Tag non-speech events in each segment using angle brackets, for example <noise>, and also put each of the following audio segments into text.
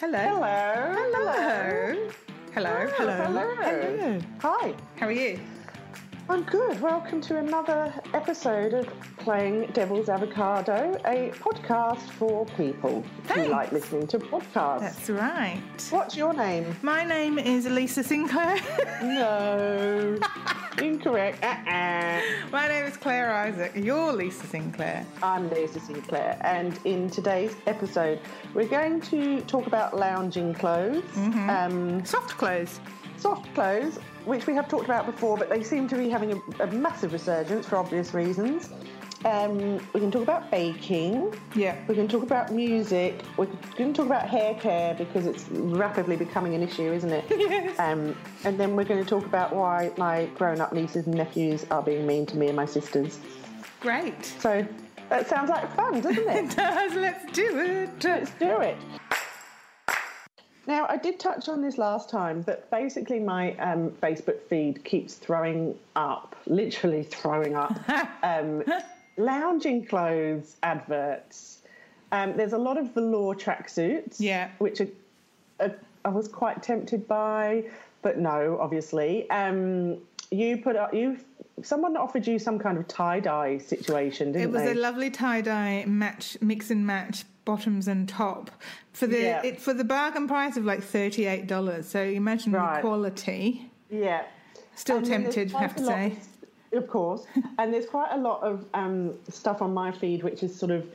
Hello. Hello. Hello. Hello. Oh, Hello. Hello. Hello. Hi. How are you? I'm good. Welcome to another episode of Playing Devil's Avocado, a podcast for people Thanks. who like listening to podcasts. That's right. What's your name? My name is Elisa Sinclair. No. <laughs> Incorrect. Uh-uh. <laughs> My name is Claire Isaac. You're Lisa Sinclair. I'm Lisa Sinclair, and in today's episode, we're going to talk about lounging clothes, Mm-hmm. um, Soft clothes. soft clothes, which we have talked about before, but they seem to be having a, a massive resurgence for obvious reasons. Um, we can talk about baking. Yeah. We can talk about music. We can talk about hair care because it's rapidly becoming an issue, isn't it? <laughs> Yes. Um, and then we're going to talk about why my grown-up nieces and nephews are being mean to me and my sisters. <laughs> Great. So that sounds like fun, <laughs> doesn't it? Does let's do it. Let's do it. Now, I did touch on this last time, but basically, my um, Facebook feed keeps throwing up, literally <laughs> throwing up, um, lounging clothes adverts. Um, there's a lot of velour tracksuits, Yeah. which are, are, I was quite tempted by, but no, obviously. Um, you put up, you someone offered you some kind of tie dye situation, didn't It was they? a lovely tie dye match, mix and match bottoms and top for the Yeah. it, for the bargain price of like thirty eight dollars. So imagine the Right. quality. yeah. Still And then there's tempted, quite have a to lot say. Of, of <laughs> course. and there's quite a lot of um, stuff on my feed which is sort of,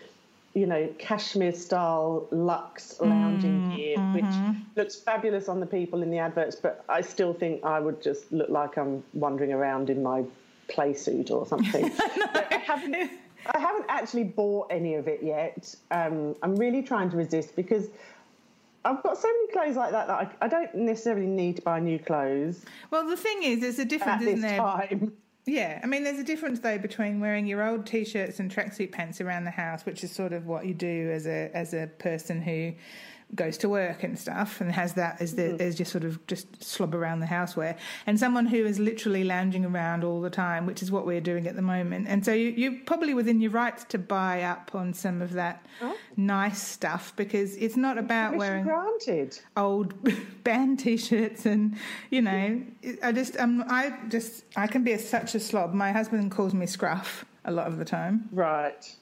you know, cashmere style luxe Mm, lounging gear, mm-hmm. which looks fabulous on the people in the adverts, but I still think I would just look like I'm wandering around in my play suit or <laughs> something. But I haven't. I haven't actually bought any of it yet. Um, I'm really trying to resist because I've got so many clothes like that that I, I don't necessarily need to buy new clothes Well, the thing is, there's a at difference, this isn't there? time. Yeah, I mean, there's a difference though between wearing your old t-shirts and tracksuit pants around the house, which is sort of what you do as a as a person who goes to work and stuff and has that as Mm-hmm. the, as just sort of just slob around the house wear, and someone who is literally lounging around all the time, which is what we're doing at the moment. And so you, you're probably within your rights to buy up on some of that nice stuff because it's <laughs> not about Oh. Permission wearing granted. old <laughs> band t-shirts and you know i just um, i just i can be a, such a slob my husband calls me scruff a lot of the time Right.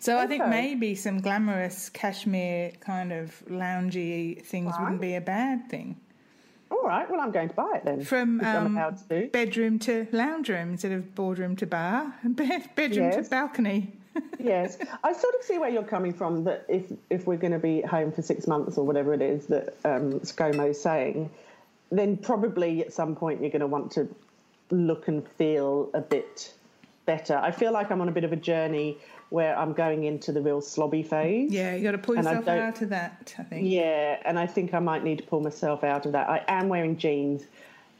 so i think Okay. maybe some glamorous cashmere kind of loungy things wouldn't be a bad thing All right. Well, I'm going to buy it then. from if I'm um, allowed to. bedroom to lounge room instead of boardroom to bar <laughs> and bed- bedroom to Yes. balcony yes, I sort of see where you're coming from. That if if we're going to be home for six months or whatever it is that um, ScoMo's saying, then probably at some point you're going to want to look and feel a bit better. I feel like I'm on a bit of a journey where I'm going into the real slobby phase. yeah you got to pull And I yourself don't- out of that i think Yeah, and I think I might need to pull myself out of that. I am wearing jeans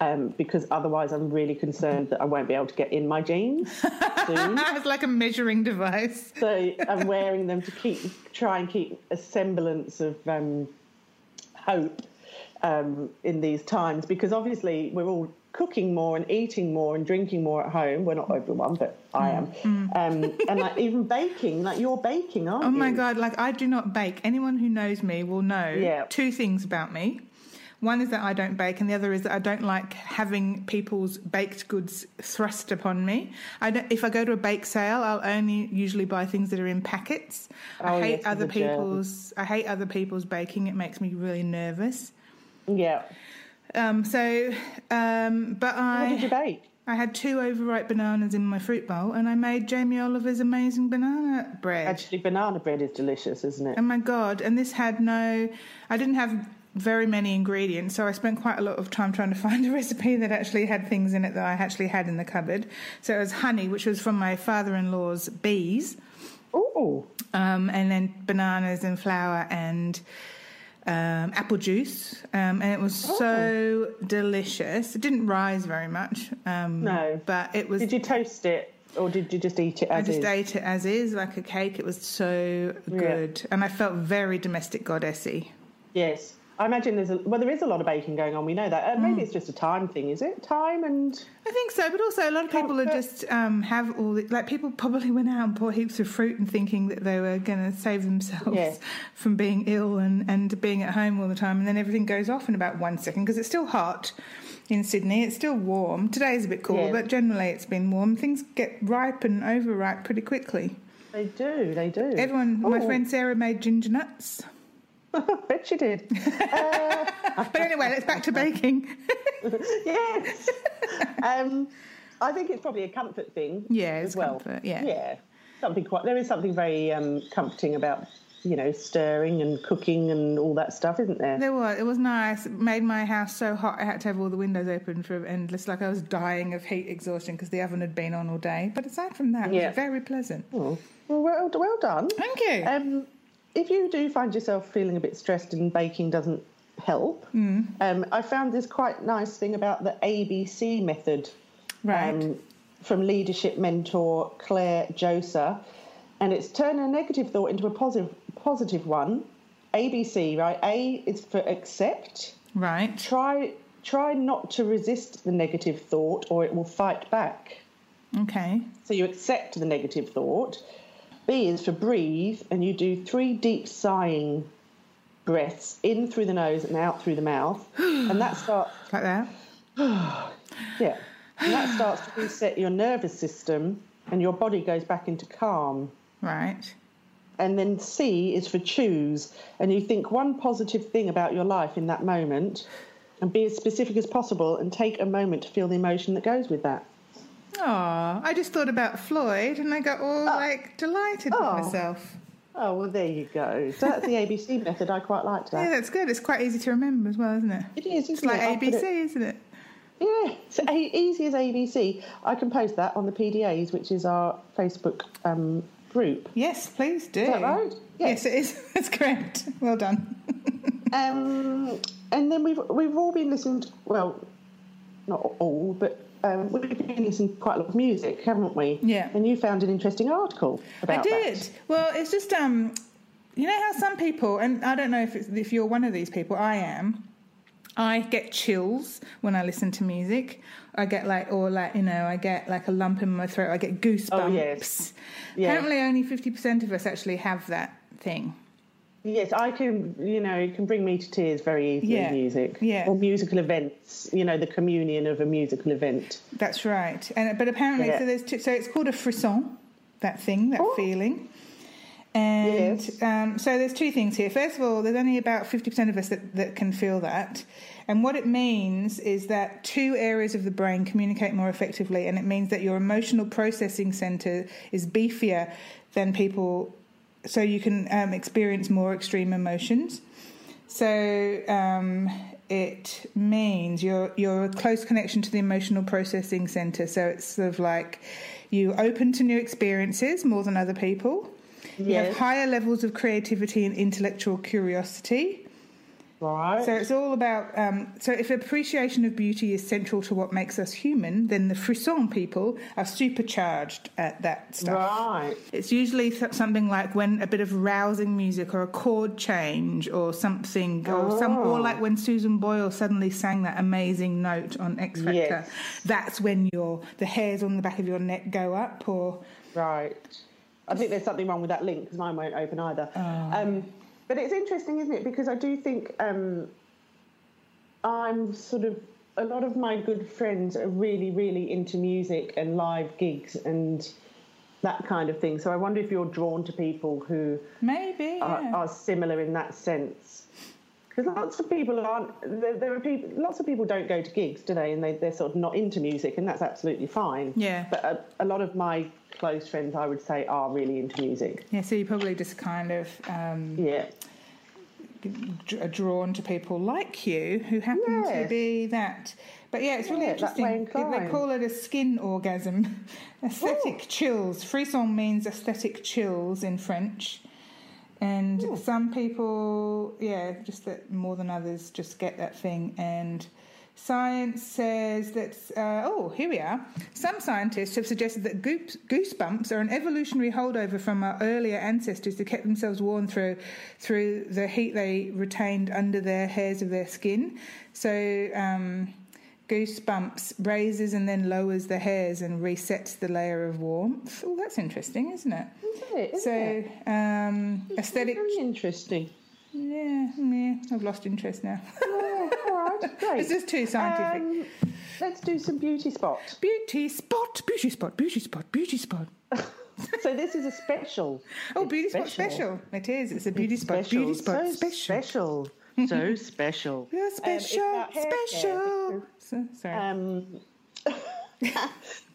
um, because otherwise I'm really concerned that I won't be able to get in my jeans <laughs> <laughs> soon. it's like a measuring device so I'm wearing them to keep try and keep a semblance of um, hope um, in these times because obviously we're all cooking more and eating more and drinking more at home. Well, not everyone, but I am. Um, and like even baking, like you're baking, aren't Mm, Oh you? my god! Like I do not bake. Anyone who knows me will know Yeah. two things about me. One is that I don't bake, and the other is that I don't like having people's baked goods thrust upon me. I don't, if I go to a bake sale, I'll only usually buy things that are in packets. Oh, I hate yes, it's other a germ. people's. I hate other people's baking. It makes me really nervous. Yeah. Um, so, um, but What did I you bake? I had two overripe bananas in my fruit bowl, and I made Jamie Oliver's amazing banana bread. Actually, banana bread is delicious, isn't it? Oh my god! And this had no. I didn't have very many ingredients, so I spent quite a lot of time trying to <laughs> find a recipe that actually had things in it that I actually had in the cupboard. So it was honey, which was from my father-in-law's bees, Oh, um, and then bananas and flour and. Um, apple juice, um, and it was Oh. so delicious. It didn't rise very much, um, No. but it was did you toast it or did you just eat it I as just is? ate it as is, like a cake. It was so Yeah. good, and I felt very domestic goddessy. Yes. I imagine there's a well, there is a lot of baking going on. We know that. Uh, maybe Mm. it's just a time thing, is it? Time and I think so, but also a lot of people are just um, have all the, like people probably went out and bought heaps of fruit and thinking that they were going to save themselves Yeah. <laughs> from being ill and, and being at home all the time, and then everything goes off in about one second because it's still hot in Sydney. It's still warm. Today is a bit cool, Yeah. but generally it's been warm. Things get ripe and overripe pretty quickly. they do, they do. Everyone, my Oh, friend Sarah made ginger nuts. <laughs> I bet you <laughs> did. But anyway, let's back to baking. <laughs> yes. um, I think it's probably a comfort thing. Yeah, it's as well. comfort, yeah. yeah. Something quite. There is something very um, comforting about you know stirring and cooking and all that stuff, isn't there? There was. It was nice. It made my house so hot I had to have all the windows open for endless. Like I was dying of heat exhaustion because the oven had been on all day. But aside from that, it Yeah. was very pleasant. Oh, well, well, well done. Thank you. Um, if you do find yourself feeling a bit stressed and baking doesn't help, um, I found this quite nice thing about the ABC method right. um, from leadership mentor Claire Joser. And it's turn a negative thought into a positive, positive one. ABC, right? A is for accept. right. Try, try not to resist the negative thought or it will fight back. Okay. So you accept the negative thought. B is for breathe, and you do three deep sighing breaths in through the nose and out through the <gasps> mouth. And that starts, Like that. yeah, and that starts to reset your nervous system, and your body goes back into calm. Right. And then C is for choose, and you think one positive thing about your life in that moment, and be as specific as possible, and take a moment to feel the emotion that goes with that. Oh, I just thought about Floyd and I got all like delighted Oh. with myself. Oh well, there you go. So that's the ABC method. I quite liked that. <laughs> Yeah, that's good. It's quite easy to remember as well, isn't it? It is, It's isn't like it? I put ABC, it- isn't it? Yeah, it's a- easy as ABC. I can post that on the PDAs, which is our Facebook um, group. Yes, please do. that right? yes, it is. <laughs> That's correct. Well done. Um, and then we've we've all been listening. To, well, not all, but um, we've been listening to quite a lot of music, haven't we? Yeah. And you found an interesting article about I did. Well, it's just um, you know how some people, and I don't know if it's, if you're one of these people. I am. I get chills when I listen to music. I get like, or like, you know, I get like a lump in my throat. I get goosebumps. Oh, yes. Yeah. Apparently, only fifty percent of us actually have that thing. that. Yes, I can. You know, it can bring me to tears very easily. Yeah, Music. yeah. Or musical events. You know, the communion of a musical event. That's right. And but apparently, Yeah. so there's two, so it's called a frisson, that thing, that Oh. feeling. And Yes. um, so there's two things here. First of all, there's only about 50% of us that, that can feel that. And what it means is that two areas of the brain communicate more effectively, and it means that your emotional processing center is beefier than people, so you can um, experience more extreme emotions. So um, it means you're you're a close connection to the emotional processing center. So it's sort of like you open to new experiences more than other people. You have Yes. higher levels of creativity and intellectual curiosity. Right. So it's all about. Um, so if appreciation of beauty is central to what makes us human, then the frisson people are supercharged at that stuff. right. It's usually th- something like when a bit of rousing music or a chord change or something, or some, Oh. or like when Susan Boyle suddenly sang that amazing note on X Factor. Yes. That's when your the hairs on the back of your neck go up, or Right. I think there's something wrong with that link because mine won't open either. Um, but it's interesting, isn't it? Because I do think um, I'm sort of a lot of my good friends are really, really into music and live gigs and that kind of thing. So I wonder if you're drawn to people who maybe are, yeah. are similar in that sense. Because lots of people aren't. There, there are people. Lots of people don't go to gigs, do they? And they, they're sort of not into music, and that's absolutely fine. Yeah. But a, a lot of my close friends, I would say, are really into music. yeah. So you probably just kind of um, Yeah. d- are uh, drawn to people like you who happen to Yes. be that. But yeah, it's really Yeah, that way interesting. They inclined. call it a skin orgasm, <laughs> aesthetic chills. Frisson means aesthetic chills in French. And some people, yeah, just that more than others, just get that thing. And Science says that, uh, oh, here we are. Some scientists have suggested that goop- goosebumps are an evolutionary holdover from our earlier ancestors who kept themselves warm through, through the heat they retained under their hairs of their skin. So, um, goosebumps raises and then lowers the hairs and resets the layer of warmth. Oh, that's interesting, isn't it? Isn't it? Isn't So, it? um, It's aesthetic. Very interesting. Yeah, yeah, I've lost interest now. Yeah, <laughs> all right, great. This is too scientific. Um, let's do some beauty spots. Beauty spot, beauty spot, beauty spot, beauty spot. So this is a special. Oh, It's beauty spot special. It is. It's a beauty It's spot. Beauty spot so special. special. <laughs> So special. You're it's special, about hair care special. So, sorry. Um, <laughs>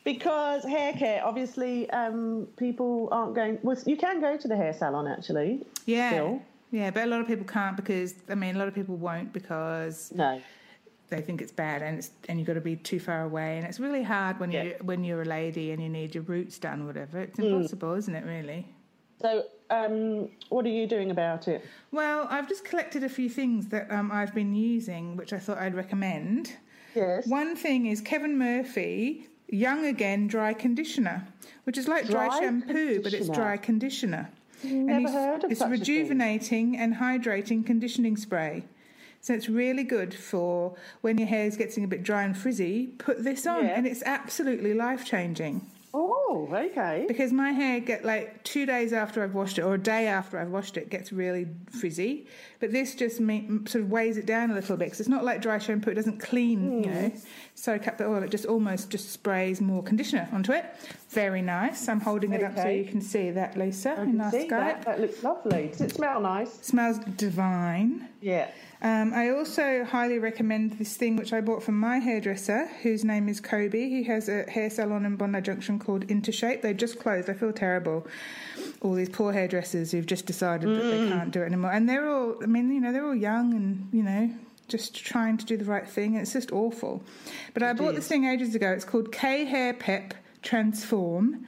because hair care, obviously, um, people aren't going. Well, you can go to the hair salon actually. yeah. still. Yeah, but a lot of people can't because I mean, a lot of people won't because No. they think it's bad and it's and you've got to be too far away and it's really hard when Yeah. you when you're a lady and you need your roots done, whatever. It's impossible, isn't it? Really. So, um, what are you doing about it? Well, I've just collected a few things that um, I've been using, which I thought I'd recommend. Yes. One thing is Kevin Murphy Young Again Dry Conditioner, which is like dry, Dry shampoo, but it's conditioner. dry conditioner. Never and he's- heard of It's such a thing. rejuvenating and hydrating conditioning spray. So it's really good for when your hair is getting a bit dry and frizzy. Put this on, Yeah. and it's absolutely life changing Oh, okay. because my hair get like two days after I've washed it or a day after I've washed it gets really frizzy. But this just ma- sort of weighs it down a little bit because it's not like dry shampoo; it doesn't clean, Mm. you know, soak up the oil. It just almost just sprays more conditioner onto it. Very nice. I'm holding it up so Okay. you can see that, Lisa, I in can our see Skype. that. That looks lovely. Does it smell nice? Smells divine. Yeah. Um, I also highly recommend this thing which I bought from my hairdresser, whose name is Kobe. He has a hair salon in Bondi Junction called Intershape. They just closed. I feel terrible. All these poor hairdressers who've just decided that they can't do it anymore, and they're all. I mean, you know, they're all young and you know. Just trying to do the right thing, and it's just awful. But I bought this thing ages ago. It's called K Hair Pep Transform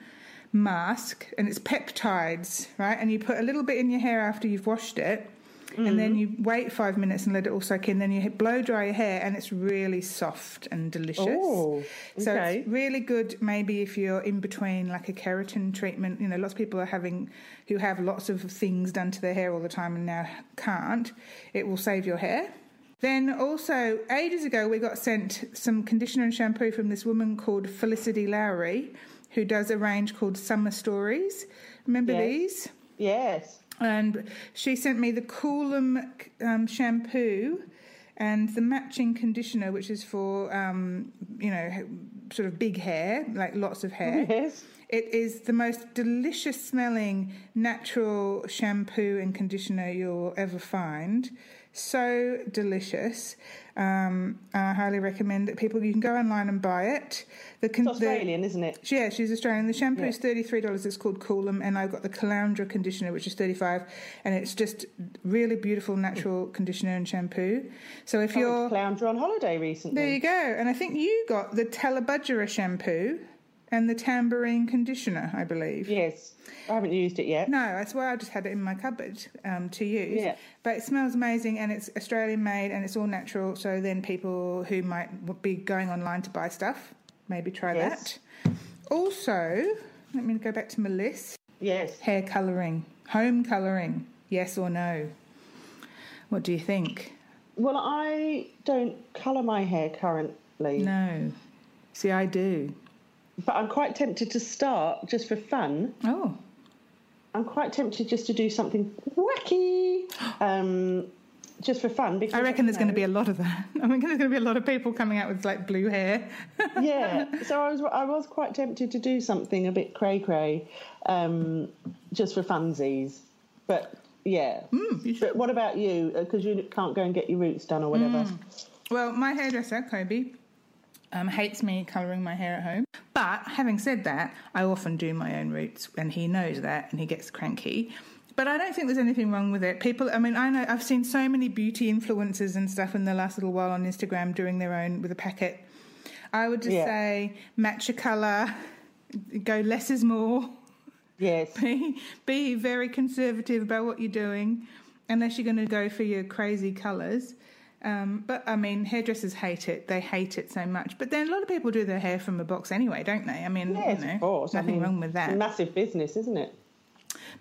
mask and it's peptides, right? And you put a little bit in your hair after you've washed it. And Mm. then you wait five minutes and let it all soak in. Then you blow dry your hair, and it's really soft and delicious. Oh, So okay. it's really good. Maybe if you're in between, like a keratin treatment. You know, lots of people are having who have lots of things done to their hair all the time and now can't. It will save your hair. Then also, ages ago, we got sent some conditioner and shampoo from this woman called Felicity Lowry, who does a range called Summer Stories. Remember Yes. these? Yes. And she sent me the Coolum um, shampoo and the matching conditioner, which is for, um, you know, h- sort of big hair, like lots of hair. <laughs> Yes. It is the most delicious smelling natural shampoo and conditioner you'll ever find. So delicious. Um, I highly recommend that people, you can go online and buy it. The, con- It's the- Australian, isn't it? yeah, she's Australian. The shampoo is thirty-three dollars. It's called Coolum, and I've got the Calandra conditioner, which is thirty-five, and it's just really beautiful natural conditioner and shampoo. So if I went you're to Clounder on holiday there, recently. you go. And I think you got the Telebudgera shampoo and the Tambourine conditioner, I believe. Yes. I haven't used it yet. No, that's why I just had it in my cupboard um, to use. Yeah. But it smells amazing and it's Australian made and it's all natural. So then people who might w- be going online to buy stuff, maybe try Yes. that. Also, let me go back to my list Yes. hair colouring, home colouring, yes or no? What do you think? Well, I don't colour my hair currently, No. See, I do. but I'm quite tempted to start just for fun. Oh, I'm quite tempted just to do something wacky, <gasps> um, just for fun. Because I reckon there's going to be a lot of that. <laughs> I reckon there's going to be a lot of people coming out with like blue hair. <laughs> yeah. So I was I was quite tempted to do something a bit cray cray, um, just for funsies. But yeah. you but what about you? Because you can't go and get your roots done or whatever. Mm. Well, my hairdresser, Kobe, um, hates me colouring my hair at home. But having said that, I often do my own roots, and he knows that, and he gets cranky. But I don't think there's anything wrong with it. People, I mean, I know I've seen so many beauty influencers and stuff in the last little while on Instagram doing their own with a packet. I would just Yeah. say match your colour, go less is more Yes. <laughs> be be very conservative about what you're doing unless you're going to go for your crazy colors Um, but I mean, hairdressers hate it. They hate it so much. But then a lot of people do their hair from a box anyway, don't they? I mean, Yes, you know, of course. I nothing mean, wrong with It's a that. massive business, isn't it?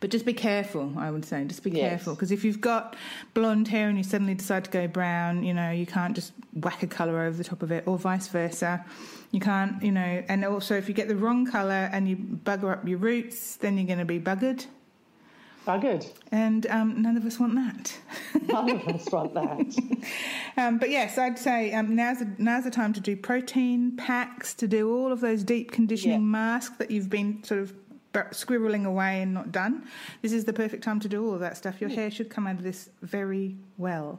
But just be careful, I would say. Just be Yes. careful. Because if you've got blonde hair and you suddenly decide to go brown, you know, you can't just whack a colour over the top of it, or vice versa. You can't, you know, and also if you get the wrong colour and you bugger up your roots, then you're going to be buggered. Buggered. And um, none of us want that. None <laughs> of us want that. Um, but yes, I'd say um, now's the, now's the time to do protein packs, to do all of those deep conditioning Yeah. masks that you've been sort of bu- squirreling away and not done. This is the perfect time to do all of that stuff. Your hair should come out of this very well.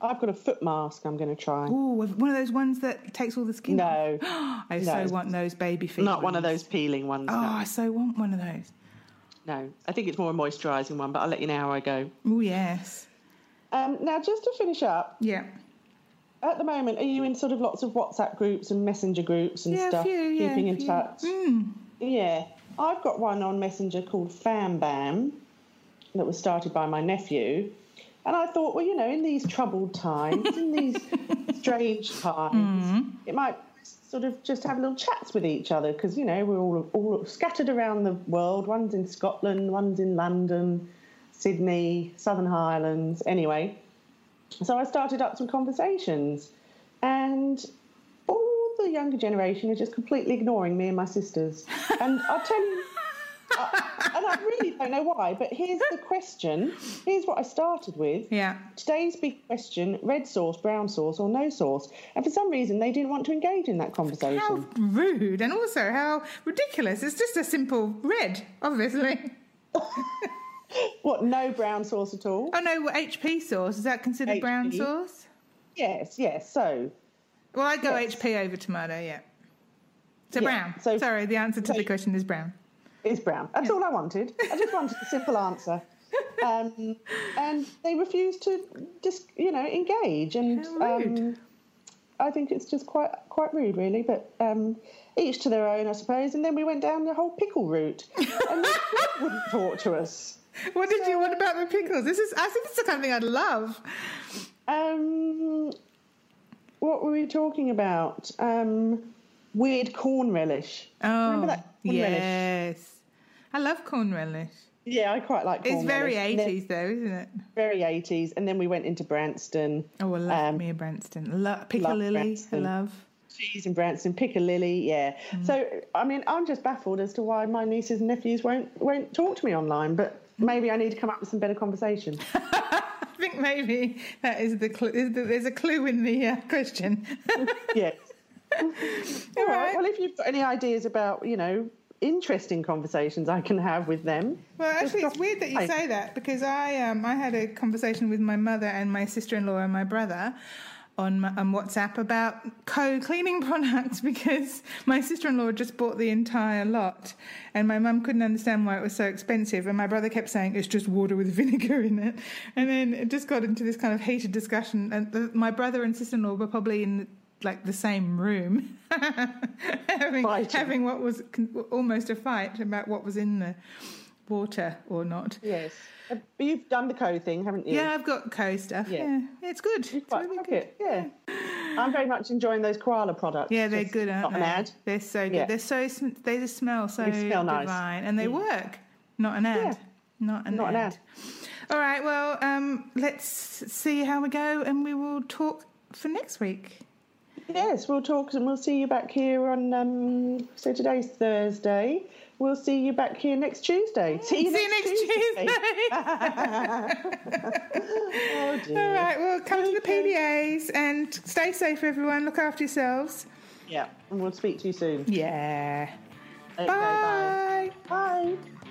I've got a foot mask I'm going to try. Oh, one of those ones that takes all the skin. off. No, <gasps> I no. so want those baby feet. not one of ones. those peeling ones. Oh, no. I so want one of those. No, I think it's more a moisturising one, but I'll let you know how I go. Oh yes, Um, now, just to finish up, yeah, at the moment, are you in sort of lots of WhatsApp groups and Messenger groups and Yeah, a stuff, few, yeah, keeping a in few. Hmm. touch? Yeah, I've got one on Messenger called Fam Bam that was started by my nephew. And I thought, well, you know, in these troubled times, <laughs> in these strange times, Hmm. it might sort of just have little chats with each other because, you know, we're all, all scattered around the world. One's in Scotland, one's in London, Sydney, Southern Highlands. Anyway, so I started up some conversations and all the younger generation are just completely ignoring me and my sisters. And I'll tell you, I, and I really don't know why, but here's the question. Here's what I started with. yeah. Today's big question red sauce, brown sauce, or no sauce? And for some reason, they didn't want to engage in that conversation. How rude, and also how ridiculous! It's just a simple red, obviously. What, no brown sauce at all? Oh no, well, HP sauce is that considered brown HP? sauce? Yes, yes. So, Well, I'd go Yes. HP over tomato. Yeah. So Yeah, brown. so- Sorry, the answer to the so- question is brown. It's brown. That's all I wanted. I just wanted a simple answer. Um, and they refused to just, you know, engage. And How rude. Um, I think it's just quite quite rude, really. But um, each to their own, I suppose. And then we went down the whole pickle route, <laughs> and they wouldn't talk to us. What did you? What about the pickles? This is. I think this is the kind of thing I'd love. Um, what were we talking about? Um, weird corn relish. Oh, remember that corn relish? yes. I love corn relish. Yeah, I quite like corn It's very relish. And then- eighties though, isn't it? Very eighties. And then we went into Branston. Oh, I love Um, Mia Branston. Lo- Piccalilli, I Branston. love. Cheese and Branson, Piccalilli, yeah. Mm. So I mean, I'm just baffled as to why my nieces and nephews won't won't talk to me online. But maybe I need to come up with some <laughs> better conversation. I think maybe that is the clue. is the- There's a clue in the uh, question. <laughs> yes. All All right. right. Well, if you've got any ideas about you know interesting conversations I can have with them, Well, actually, it's drop- weird that you Hi. say that because I um, I had a conversation with my mother and my sister in law and my brother on my, on WhatsApp about co cleaning <laughs> products because my sister in law just bought the entire lot and my mum couldn't understand why it was so expensive and my brother kept saying it's just water with <laughs> vinegar in it and then it just got into this kind of heated discussion and the, my brother and sister in law were probably in like the same room <laughs> having Fighting. having what was con- almost a fight about what was in the water or not. yes. Uh, But you've done the co thing, haven't you? Yeah, I've got co stuff. Yeah. Yeah. it's good. You It's quite really like good. it. Yeah. I'm very much enjoying those koala products. Yeah, they're Just good, aren't not they? an ad. They're so good. Yeah. They're so sm- they just smell so They smell nice. divine, and they work. Not an ad. Yeah. Not an Not ad. an ad. All right. Well, um, let's see how we go, and we will talk for next week. Yes, we'll talk and we'll see you back here on. Um, so today's Thursday. We'll see you back here next Tuesday. See you See you next, next Tuesday. <laughs> Oh <laughs> All dear. right. Well, come to the PDAs and stay safe, everyone. Look after yourselves. Yeah, and we'll speak to you soon. Yeah. Okay, Bye. Bye. bye.